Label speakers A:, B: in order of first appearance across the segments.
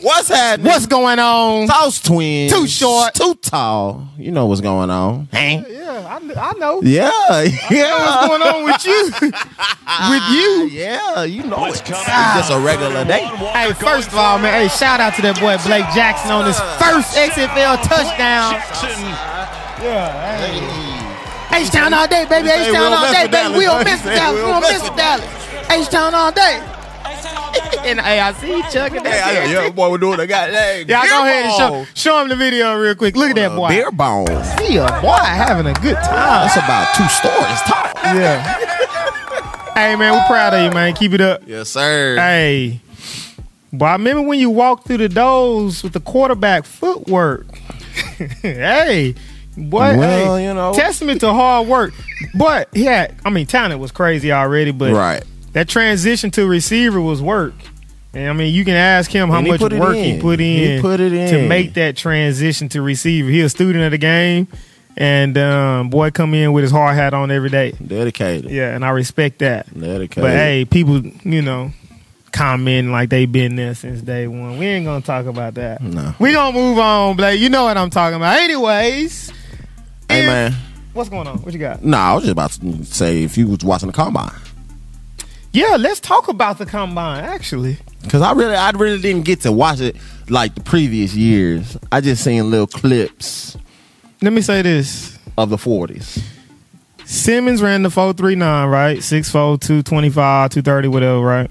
A: What's happening?
B: What's going on?
A: Sauce twins.
B: Too short.
A: Too tall. You know what's going on. Hank.
B: Yeah, I, kn- I know.
A: Yeah. Yeah.
B: What's going on with you? with you?
A: Yeah. You know it's just a regular day.
B: Hey, first of all, man, hey, shout out to that boy Blake Jackson on his first XFL touchdown. Yeah, H Town all day, baby. H Town
A: We'll
B: all
A: mess
B: day,
A: with
B: baby.
A: Dallas.
B: We'll
A: He
B: miss
A: said
B: Dallas.
A: we'll
B: We'll
A: mess
B: miss
A: with
B: Dallas. H Town all day. And hey, I see you chugging
A: Hey,
B: that.
A: I- yeah, boy, we're doing a goddamn.
B: Y'all go ahead and show,
A: bong.
B: show him the video real quick. Look at that boy.
A: Beer bong.
B: See a boy having a good time.
A: That's about two stories tall.
B: Yeah. hey man, we're proud of you, man. Keep it up.
A: Yes, sir.
B: Hey. But I remember when you walked through the doors with the quarterback footwork. hey. Boy,
A: Well,
B: hey,
A: you know.
B: Testament to hard work. But yeah, I mean talent was crazy already, but
A: Right.
B: that transition to receiver was work. And I mean, you can ask him how
A: And he
B: much
A: put it
B: work he
A: in.
B: put
A: He
B: in,
A: put it
B: to
A: in.
B: make that transition to receiver. He a student of the game, and um, boy, come in with his hard hat on every day.
A: Dedicated.
B: Yeah, and I respect that.
A: Dedicated.
B: But hey, people, you know, commenting like they been there since day one. We ain't gonna talk about that.
A: No.
B: We gonna move on, Blake. You know what I'm talking about. Anyways,
A: Hey,
B: if-
A: man.
B: what's going on? What you got?
A: No, I was just about to say if you was watching the combine.
B: Yeah, let's talk about the combine. Actually,
A: Cause I really, I really didn't get to watch it like the previous years. I just seen little clips
B: let me say this.
A: of the forties.
B: Simmons ran the 439, right? 6'4, 225, 230, whatever, right?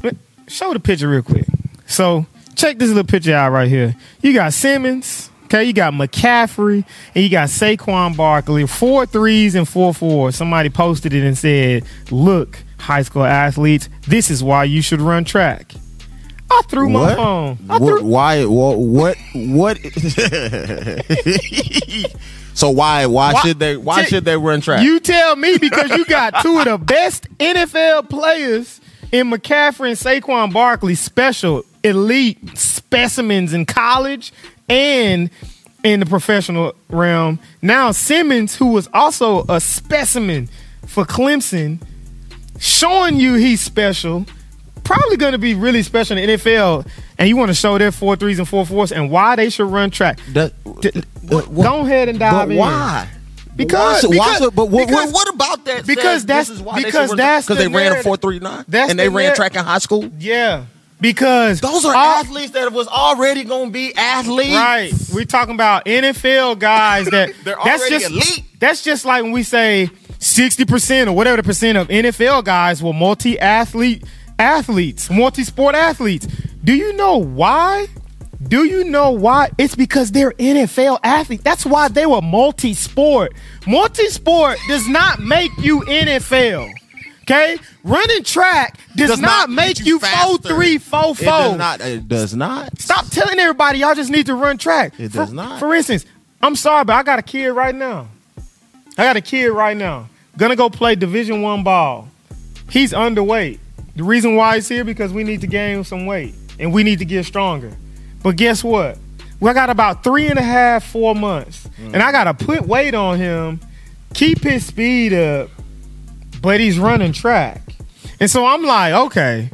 B: But Show the picture real quick. So, check this little picture out right here. You got Simmons, okay? You got McCaffrey, and you got Saquon Barkley. Four threes and four fours. Somebody posted it and said, Look, high school athletes, this is why you should run track. I threw my
A: What?
B: phone. I
A: What?
B: threw,
A: Why? What? What? what so why? Why,
B: Why-
A: should they? Why
B: Ti-
A: should they run track?
B: You tell me because you got two of the best NFL players in McCaffrey and Saquon Barkley, special elite specimens in college and in the professional realm. Now Simmons, who was also a specimen for Clemson, showing you he's special. Probably going to be really special in the NFL, and you want to show their four threes and four fours and why they should run track.
A: That-
B: D-
A: what-
B: Go ahead and dive
A: But
B: in.
A: why? why,
B: Because-
A: should- why
B: because-
A: should- but what,
B: because-
A: what, what about that?
B: because
A: says
B: that's-
A: this is why they should
B: because
A: run
B: that's
A: track?
B: the
A: they ran a
B: narrative.
A: four three nine
B: That's
A: and they
B: the
A: ran
B: narr-
A: track in high school.
B: Yeah, because
A: Those are
B: all-
A: athletes that was already going to be athletes.
B: Right. We're talking about NFL guys that
A: They're
B: that's
A: already
B: just
A: elite.
B: that's just like when we say 60% or whatever the percent of NFL guys were multi-athlete athletes, multi-sport athletes. Do you know why? Do you know why? It's because they're NFL athletes. That's why they were multi-sport. Multi-sport does not make you NFL. Okay? Running track does,
A: Does not
B: not, make
A: get
B: you
A: you
B: 4 3
A: It
B: 4
A: does not. It does not.
B: Stop telling everybody y'all just need to run track.
A: It
B: for,
A: does not.
B: For instance, I'm sorry, but I got a kid right now. I got a kid right now. Gonna go play Division One ball. He's underweight. The reason why he's here because we need to gain some weight and we need to get stronger. But guess what? We got about three and a half, four months, and I gotta put weight on him, keep his speed up, but he's running track. And so I'm like, okay,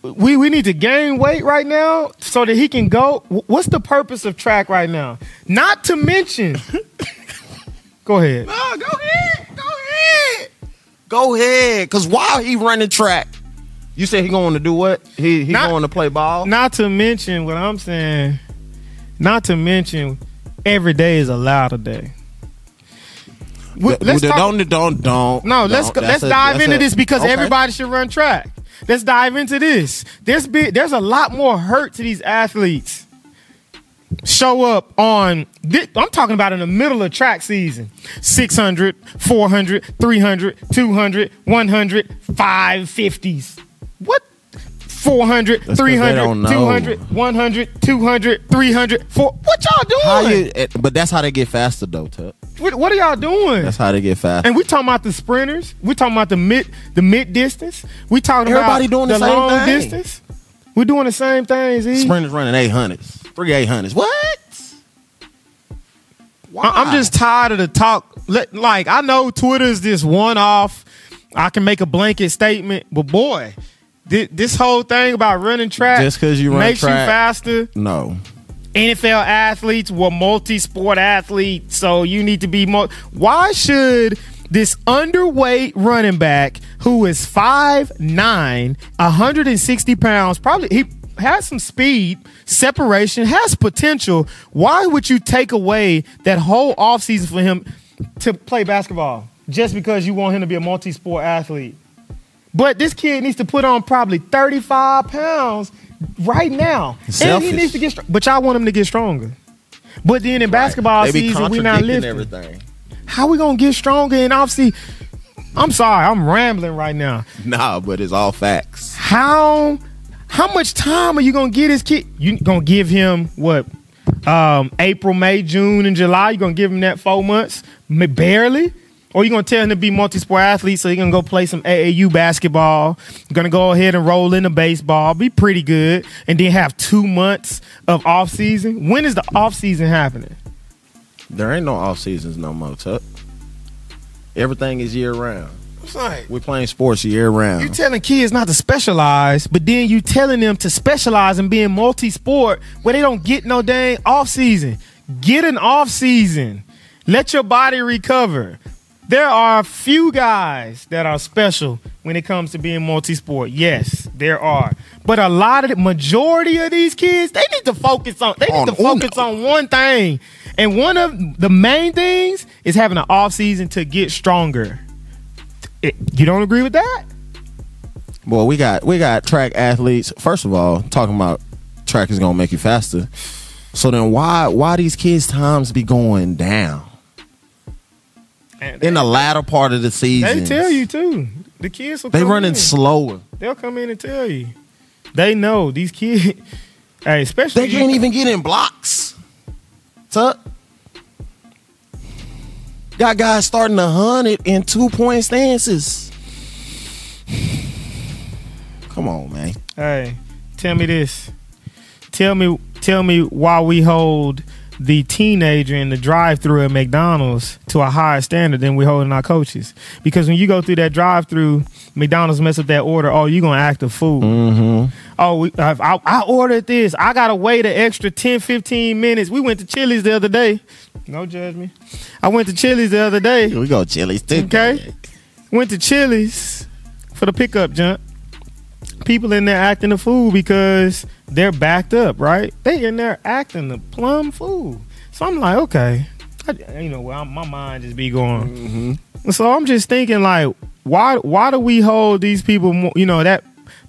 B: we, we need to gain weight right now so that he can go. Wh- What's the purpose of track right now? Not to mention, go ahead.
A: No, go ahead. Go ahead. Go ahead. Cause while he running track, you said he going to do what? He he
B: Not-
A: going to play ball.
B: Not to mention what I'm saying. Not to mention, every day is a louder day. We-
A: Th-
B: let's
A: th-
B: talk-
A: don't don't don't.
B: No, let's
A: don't.
B: go,
A: That's
B: let's
A: a-
B: dive
A: that's
B: into
A: a-
B: this because
A: okay.
B: everybody should run track. Let's dive into this. There's be, there's a lot more hurt to these athletes. Show up on thi- I'm talking about in the middle of track season. 600, 400, 300, 200, 100, 550s. What? 400,
A: they
B: 300,
A: don't know.
B: 200, 100, 200, 300, 4. What y'all
A: How
B: doing?
A: you, eh, but that's how they get faster though. Tuck.
B: what, what are y'all doing?
A: That's how they get faster.
B: And we talking about the sprinters. We talking about the mid the mid distance. We talking
A: Everybody
B: about
A: doing the same
B: long
A: thing.
B: distance. We're doing the same things. E.
A: Sprinters running eight hundreds, three eight hundreds. What? Why?
B: I- I'm just tired of the talk. Let- Like I know Twitter's this one off. I can make a blanket statement, but boy, thi- this whole thing about running track
A: Just 'cause you run
B: makes
A: track-
B: you faster.
A: No.
B: NFL athletes were multi-sport athletes, so you need to be more. Why should this underweight running back who is 5'9", 160 pounds, probably he has some speed, separation, has potential. Why would you take away that whole offseason for him to play basketball just because you want him to be a multi-sport athlete? But this kid needs to put on probably 35 pounds right now. And
A: Selfish.
B: he needs to get str- but y'all want him to get stronger. But then in basketball
A: They be
B: season, we not
A: contradicting
B: lifting.
A: everything.
B: How we gonna get stronger in offseason? I'm sorry, I'm rambling right now.
A: Nah, but it's all facts.
B: How how much time are you gonna give this kid? You gonna give him what? Um, April, May, June, and July. You gonna give him that four months, Ma- barely, or you gonna tell him to be multi-sport athlete? So you gonna go play some AAU basketball. You're gonna go ahead and roll into baseball, be pretty good, and then have two months of off season. When is the off season happening?
A: There ain't no off seasons no more, Tuck. Everything is year round.
B: It's like
A: We're playing sports year
B: You
A: round.
B: telling kids not to specialize, but then you telling them to specialize in being multi-sport where they don't get no dang off season. Get an off season. Let your body recover. There are a few guys that are special when it comes to being multi-sport. Yes, there are. But a lot of the majority of these kids, they need to focus on they need
A: On
B: to focus
A: uno.
B: on one thing. And one of the main things is having an off season to get stronger. It- you don't agree with that?
A: Boy, we got we got track athletes. First of all, talking about track is gonna make you faster. So then why why these kids' times be going down?
B: And
A: In the latter part of the season.
B: They tell you too. The kids will
A: they
B: come
A: running
B: in.
A: slower.
B: They'll come in and tell you. They know these kids. Hey, especially
A: They can't even get in blocks. Tuck. Got guys starting a hundred in two point stances. Come on, man.
B: Hey, tell me this. Tell me, tell me why we hold the teenager in the drive-through at McDonald's to a higher standard than we holding our coaches. Because when you go through that drive-through, McDonald's mess up that order. Oh, you gonna act a fool. Oh, we, I, I, I ordered this. I gotta wait an extra 10, 15 minutes. We went to Chili's the other day. No judge me. I went to Chili's the other day.
A: Here we go, Chili's.
B: Okay. Went to Chili's for the pickup jump. People in there acting the fool because they're backed up, right? They in there acting the plum fool. So I'm like, okay, I, you know, well, I'm- my mind just be going. So I'm just thinking, like, why why do we hold these people, more, you know, that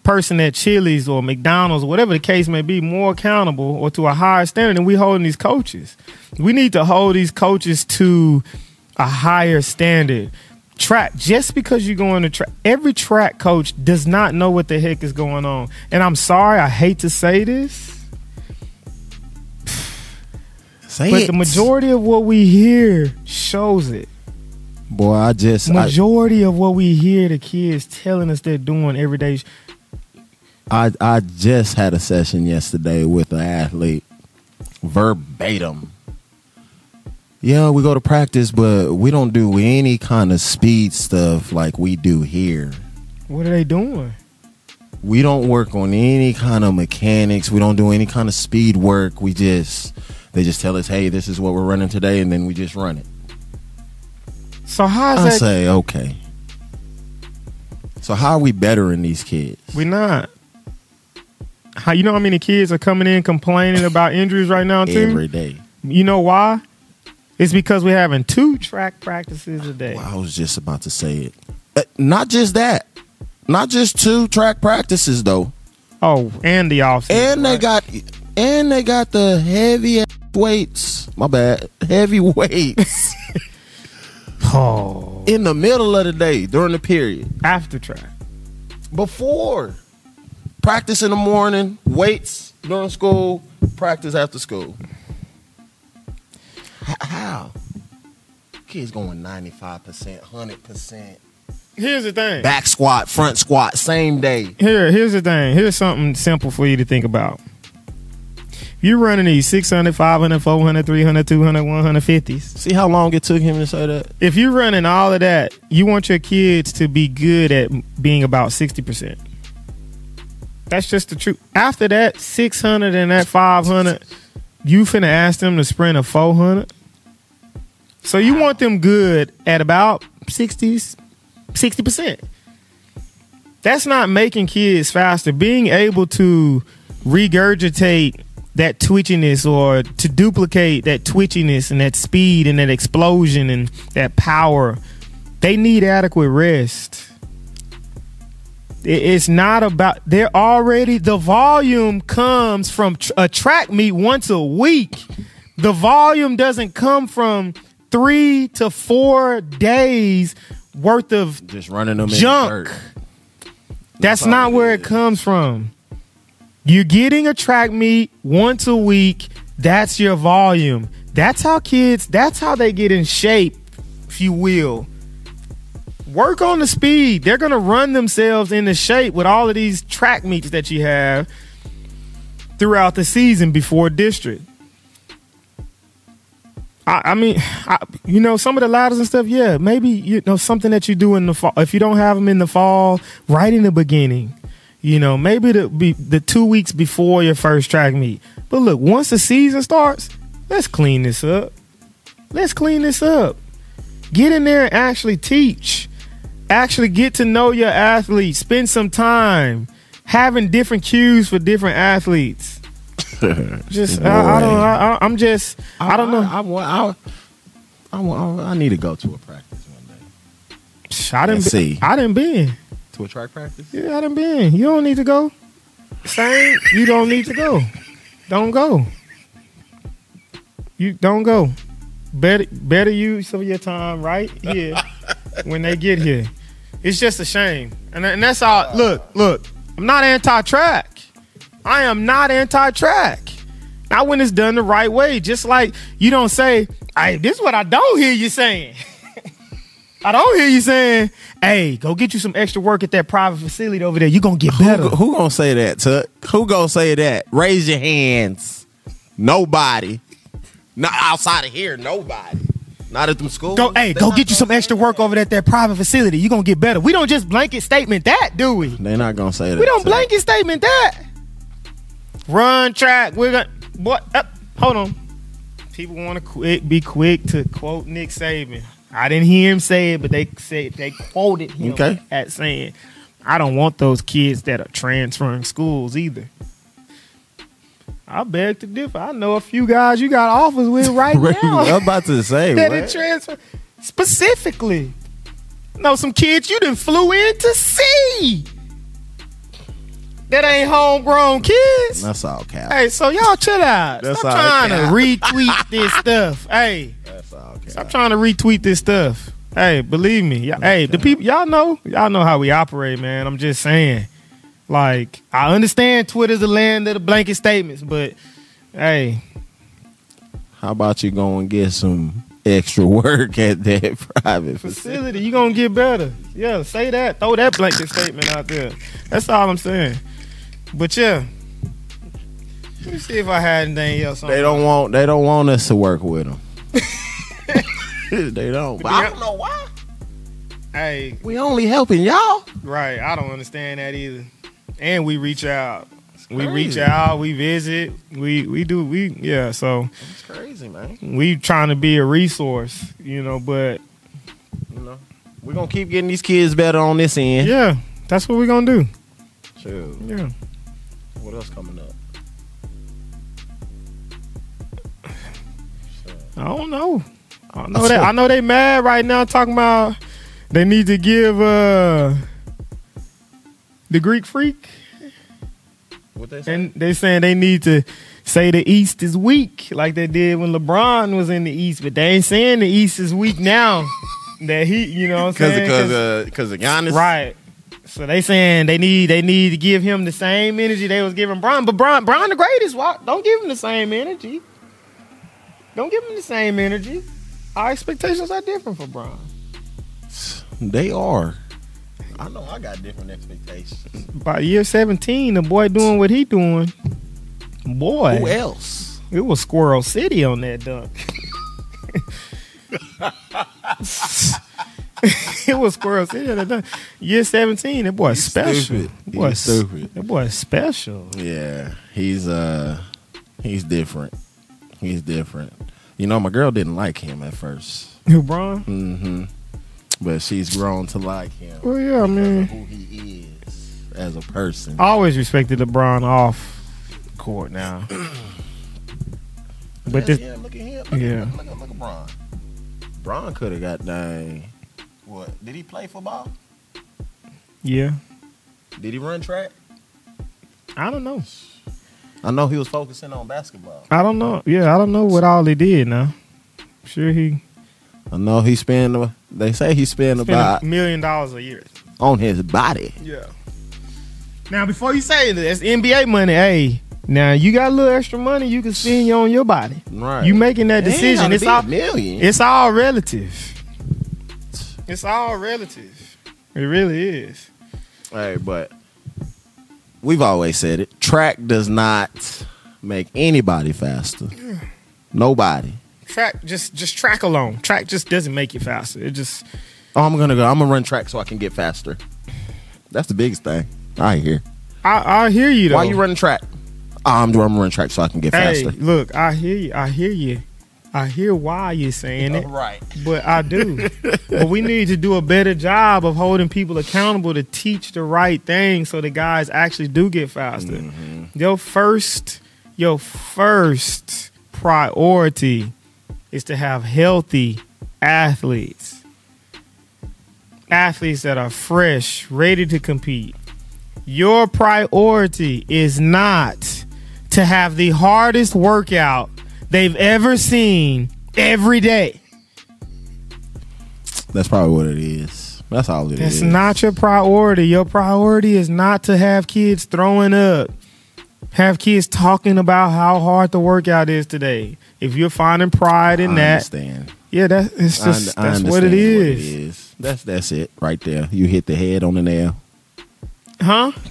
B: person at Chili's or McDonald's, whatever the case may be, more accountable or to a higher standard than we holding these coaches? We need to hold these coaches to a higher standard. Track just because you're going to track, every track coach does not know what the heck is going on. And I'm sorry, I hate to say this.
A: Say
B: But
A: it.
B: the majority of what we hear shows it.
A: Boy, I just I,
B: Majority of what we hear the kids telling us they're doing every day.
A: I I just had a session yesterday with an athlete. Verbatim. Yeah, we go to practice, but we don't do any kind of speed stuff like we do here.
B: What are they doing?
A: we don't work on any kind of mechanics. We don't do any kind of speed work. We just they just tell us, hey, this is what we're running today, and then we just run it.
B: So how
A: I
B: is that?
A: say, okay. So how are we bettering these kids?
B: We're not. How you know how many kids are coming in complaining about injuries right now too?
A: Every day.
B: you know why? It's because we're having two track practices a day.
A: Well, I was just about to say it. Uh, not just that. Not just two track practices though.
B: Oh, and the off
A: And they got and they got the heavy ass weights. My bad. Heavy weights
B: oh
A: in the middle of the day during the period.
B: after track.
A: before practice in the morning, weights during school, practice after school. H- How? Kids going 95%, 100%.
B: Here's the thing.
A: Back squat, front squat, same day.
B: Here, here's the thing. Here's something simple for you to think about. You're running these 600, 500, 400, 300, 200, 150s.
A: See how long it took him to say that?
B: If you're running all of that, you want your kids to be good at being about 60%. That's just the truth. After that 600 and that 500, you finna ask them to sprint a 400. So you want them good at about 60s, 60%. That's not making kids faster. Being able to regurgitate that twitchiness or to duplicate that twitchiness and that speed and that explosion and that power, they need adequate rest. It- It's not about, they're already, the volume comes from tr- a track meet once a week. The volume doesn't come from three to four days worth of
A: Just running them in the
B: junk.
A: dirt.
B: That's,
A: all
B: not
A: it
B: where it
A: is.
B: comes from. You're getting a track meet once a week. That's your volume. That's how kids, that's how they get in shape, if you will. Work on the speed. They're going to run themselves into shape with all of these track meets that you have throughout the season before district. I, I mean, I, you know, some of the ladders and stuff. Yeah, maybe you know something that you do in the fall. If you don't have them in the fall, right in the beginning, you know, maybe the be, the two weeks before your first track meet. But look, once the season starts, let's clean this up. Let's clean this up. Get in there and actually teach. Actually get to know your athletes. Spend some time having different cues for different athletes. Just I, I don't. I, I, I'm just. I don't know.
A: I, want- I, I, want- I need to go to a practice one day.
B: Psh, I didn't
A: Let's
B: be,
A: see.
B: I didn't been.
A: To a track practice?
B: Yeah, I didn't been. You don't need to go. Same. You don't need to go. Don't go. You don't go. Better better use of your time right here when they get here. It's just a shame. And, and that's all look, look, I'm not anti-track. I am not anti-track. Not when it's done the right way. Just like you don't say, hey, this is what I don't hear you saying. I don't hear you saying, hey, go get you some extra work at that private facility over there. You're gonna get better.
A: Who, who gonna say that, Tuck? Who gonna say that? Raise your hands. Nobody. Not outside of here, nobody. Not at them schools.
B: Go, hey, go get you some extra work over at that private facility. You're gonna get better. We don't just blanket statement that, do we?
A: They're not gonna say that.
B: We don't
A: Tuck.
B: blanket statement that. Run track. We're gonna boy. Up, hold on. People want to quick be quick to quote Nick Saban. I didn't hear him say it, but they said they quoted him
A: Okay.
B: at saying, "I don't want those kids that are transferring schools either." I beg to differ. I know a few guys you got offers with right now
A: I'm about to say.
B: that
A: what?
B: it transfer specifically. No, some kids you done flew in to see. That ain't homegrown kids.
A: That's all cap.
B: Hey, so y'all chill out.
A: That's
B: Stop
A: all
B: trying to
A: cap.
B: retweet this stuff. Hey,
A: That's all
B: stop
A: cap.
B: trying to retweet this stuff. Hey, believe me. Y'all, hey, the people y'all know y'all know how we operate, man. I'm just saying. Like I understand Twitter's the land of the blanket statements, but hey,
A: How about you go and get some extra work at that private facility?
B: facility, you gonna get better. Yeah, say that. Throw that blanket statement out there. That's all I'm saying. But yeah. Let me see if I had anything else on.
A: They don't want. They don't want us to work with them. they don't. But I don't know why.
B: Hey,
A: We only helping y'all.
B: right, I don't understand that either. And we reach out. We reach
A: crazy.
B: out, we visit, we we do we yeah, so
A: It's crazy, man.
B: we trying to be a resource, you know, but
A: You know, we're gonna keep getting these kids better on this end.
B: yeah, that's what we're gonna do.
A: True.
B: Yeah.
A: What else coming up?
B: I don't know. I know that I know they mad right now talking about they need to give uh the Greek freak
A: What they say?
B: and they saying they need to say the East is weak like they did when LeBron was in the East, but they ain't saying the East is weak now that he, you know, what I'm
A: Because
B: saying?
A: because uh because of Giannis.
B: right. So they saying they need they need to give him the same energy they was giving Bron, but Bron Bron the greatest. Why don't give him the same energy? Don't give him the same energy. Our expectations are different for Bron.
A: They are. I know I got different expectations.
B: By year seventeen, the boy doing what he doing. Boy,
A: Who eh? else?
B: it was Squirrel City on that dunk. it was Squirrel City. at the time. Year 17, that boy
A: He's
B: special.
A: stupid.
B: That boy
A: He's stupid.
B: That boy special.
A: Yeah, he's uh, he's different. He's different. You know, my girl didn't like him at first,
B: Who, Bron?
A: hmm but she's grown to like him.
B: Well, yeah, man.
A: Who he is as a person.
B: I always respected LeBron off court now. But
A: yeah,
B: this,
A: yeah, look at him. Look
B: Yeah.
A: yeah, at, look at look at Bron. Bron could have got dang. What did he play football?
B: yeah,
A: Did he run track?
B: I don't know.
A: I know he was focusing on basketball.
B: I don't know. Yeah, I don't know what all he did now. Sure, he
A: I know he spent. uh, They say he spent about
B: spent a million dollars a year.
A: on his body.
B: Yeah. Now, before you say it, that's NBA money. Hey, now you got a little extra money you can spend on your body.
A: Right.
B: You making that decision. It's all
A: a million.
B: it's all relative. It's all relative. It really is.
A: All right, but we've always said it. Track does not make anybody faster. Nobody.
B: Track just just track alone. Track just doesn't make you faster. It just
A: Oh, I'm gonna go. I'm gonna run track so I can get faster. That's the biggest thing I hear.
B: I I hear you though.
A: Why you running track? Oh, I'm, I'm running track so I can get
B: Hey,
A: faster.
B: look, I hear you. I hear you. I hear why you're saying it.
A: Right.
B: But I do. but we need to do a better job of holding people accountable to teach the right thing so the guys actually do get faster. Your first your first priority is to have healthy athletes. Athletes that are fresh, ready to compete. Your priority is not to have the hardest workout they've ever seen every day.
A: That's probably what it is. That's all it is.
B: That's not your priority. Your priority is not to have kids throwing up. Have kids talking about how hard the workout is today. If you're finding pride in
A: I
B: that,
A: understand.
B: yeah, that it's
A: I un-
B: just
A: I
B: that's what it
A: understand
B: is.
A: That's that's it right there. You hit the head on the nail.
B: huh?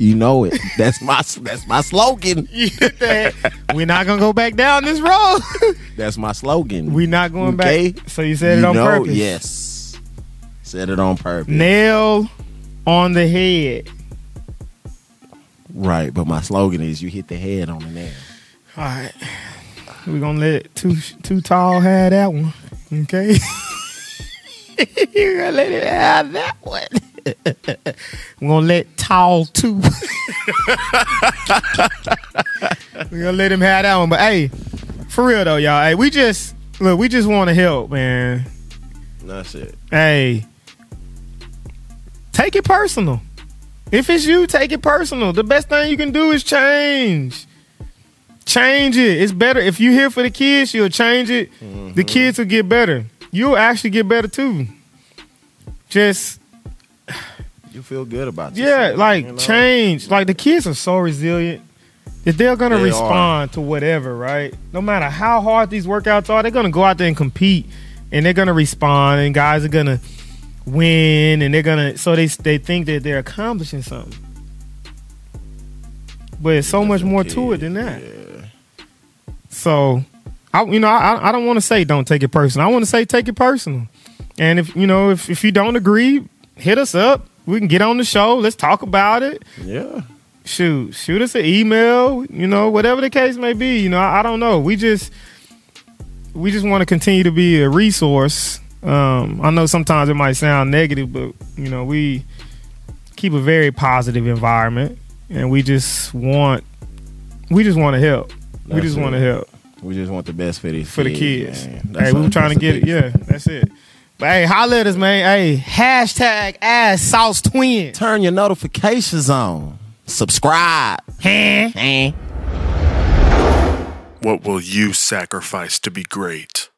A: You know it. That's my that's my slogan.
B: You hit that. We're not gonna go back down this road.
A: That's my slogan.
B: We're not going
A: Okay.
B: back. So you said
A: You
B: it on
A: know,
B: purpose.
A: Yes. Said it on purpose.
B: Nail on the head.
A: right, but my slogan is you hit the head on the nail.
B: All right, we're gonna let too too tall have that one. Okay, you're gonna let it have that one. we're gonna let tall too. we're gonna let him have that one. But hey, for real though, y'all. Hey, we just look. We just want to help, man.
A: That's it.
B: Hey, take it personal. If it's you, take it personal. The best thing you can do is change. Change it. It's better. If you're here for the kids, you'll change it.
A: Mm-hmm.
B: The kids will get better. You'll actually get better too. Just,
A: You feel good about
B: yeah,
A: yourself,
B: like
A: you know?
B: change. Like the kids are so resilient that they're going to
A: They are.
B: respond to whatever, right? No matter how hard these workouts are, they're going to go out there and compete and they're going to respond and guys are going to win and they're gonna so they they think that they're accomplishing something but it's so much more to it than that
A: Yeah.
B: so i you know i, I don't want to say don't take it personal i want to say take it personal and if you know if, if you don't agree hit us up we can get on the show let's talk about it
A: Yeah.
B: shoot, shoot us an email, you know, whatever the case may be. You know, I, I don't know. We just we just want to continue to be a resource. Um, I know sometimes it might sound negative, but you know, we keep a very positive environment and we just want we just want to help. we
A: That's
B: just want to
A: it.
B: help
A: We just want the best for these
B: for the kids.
A: man.
B: Hey,
A: That's
B: we
A: a-
B: were trying
A: that's
B: to
A: a
B: get it.
A: big-
B: Yeah, that's it. But hey, holla at us, man. Hey, hashtag ass sauce twins.
A: Turn your notifications on. Subscribe.
B: Huh?
A: Eh.
C: What will you sacrifice to be great?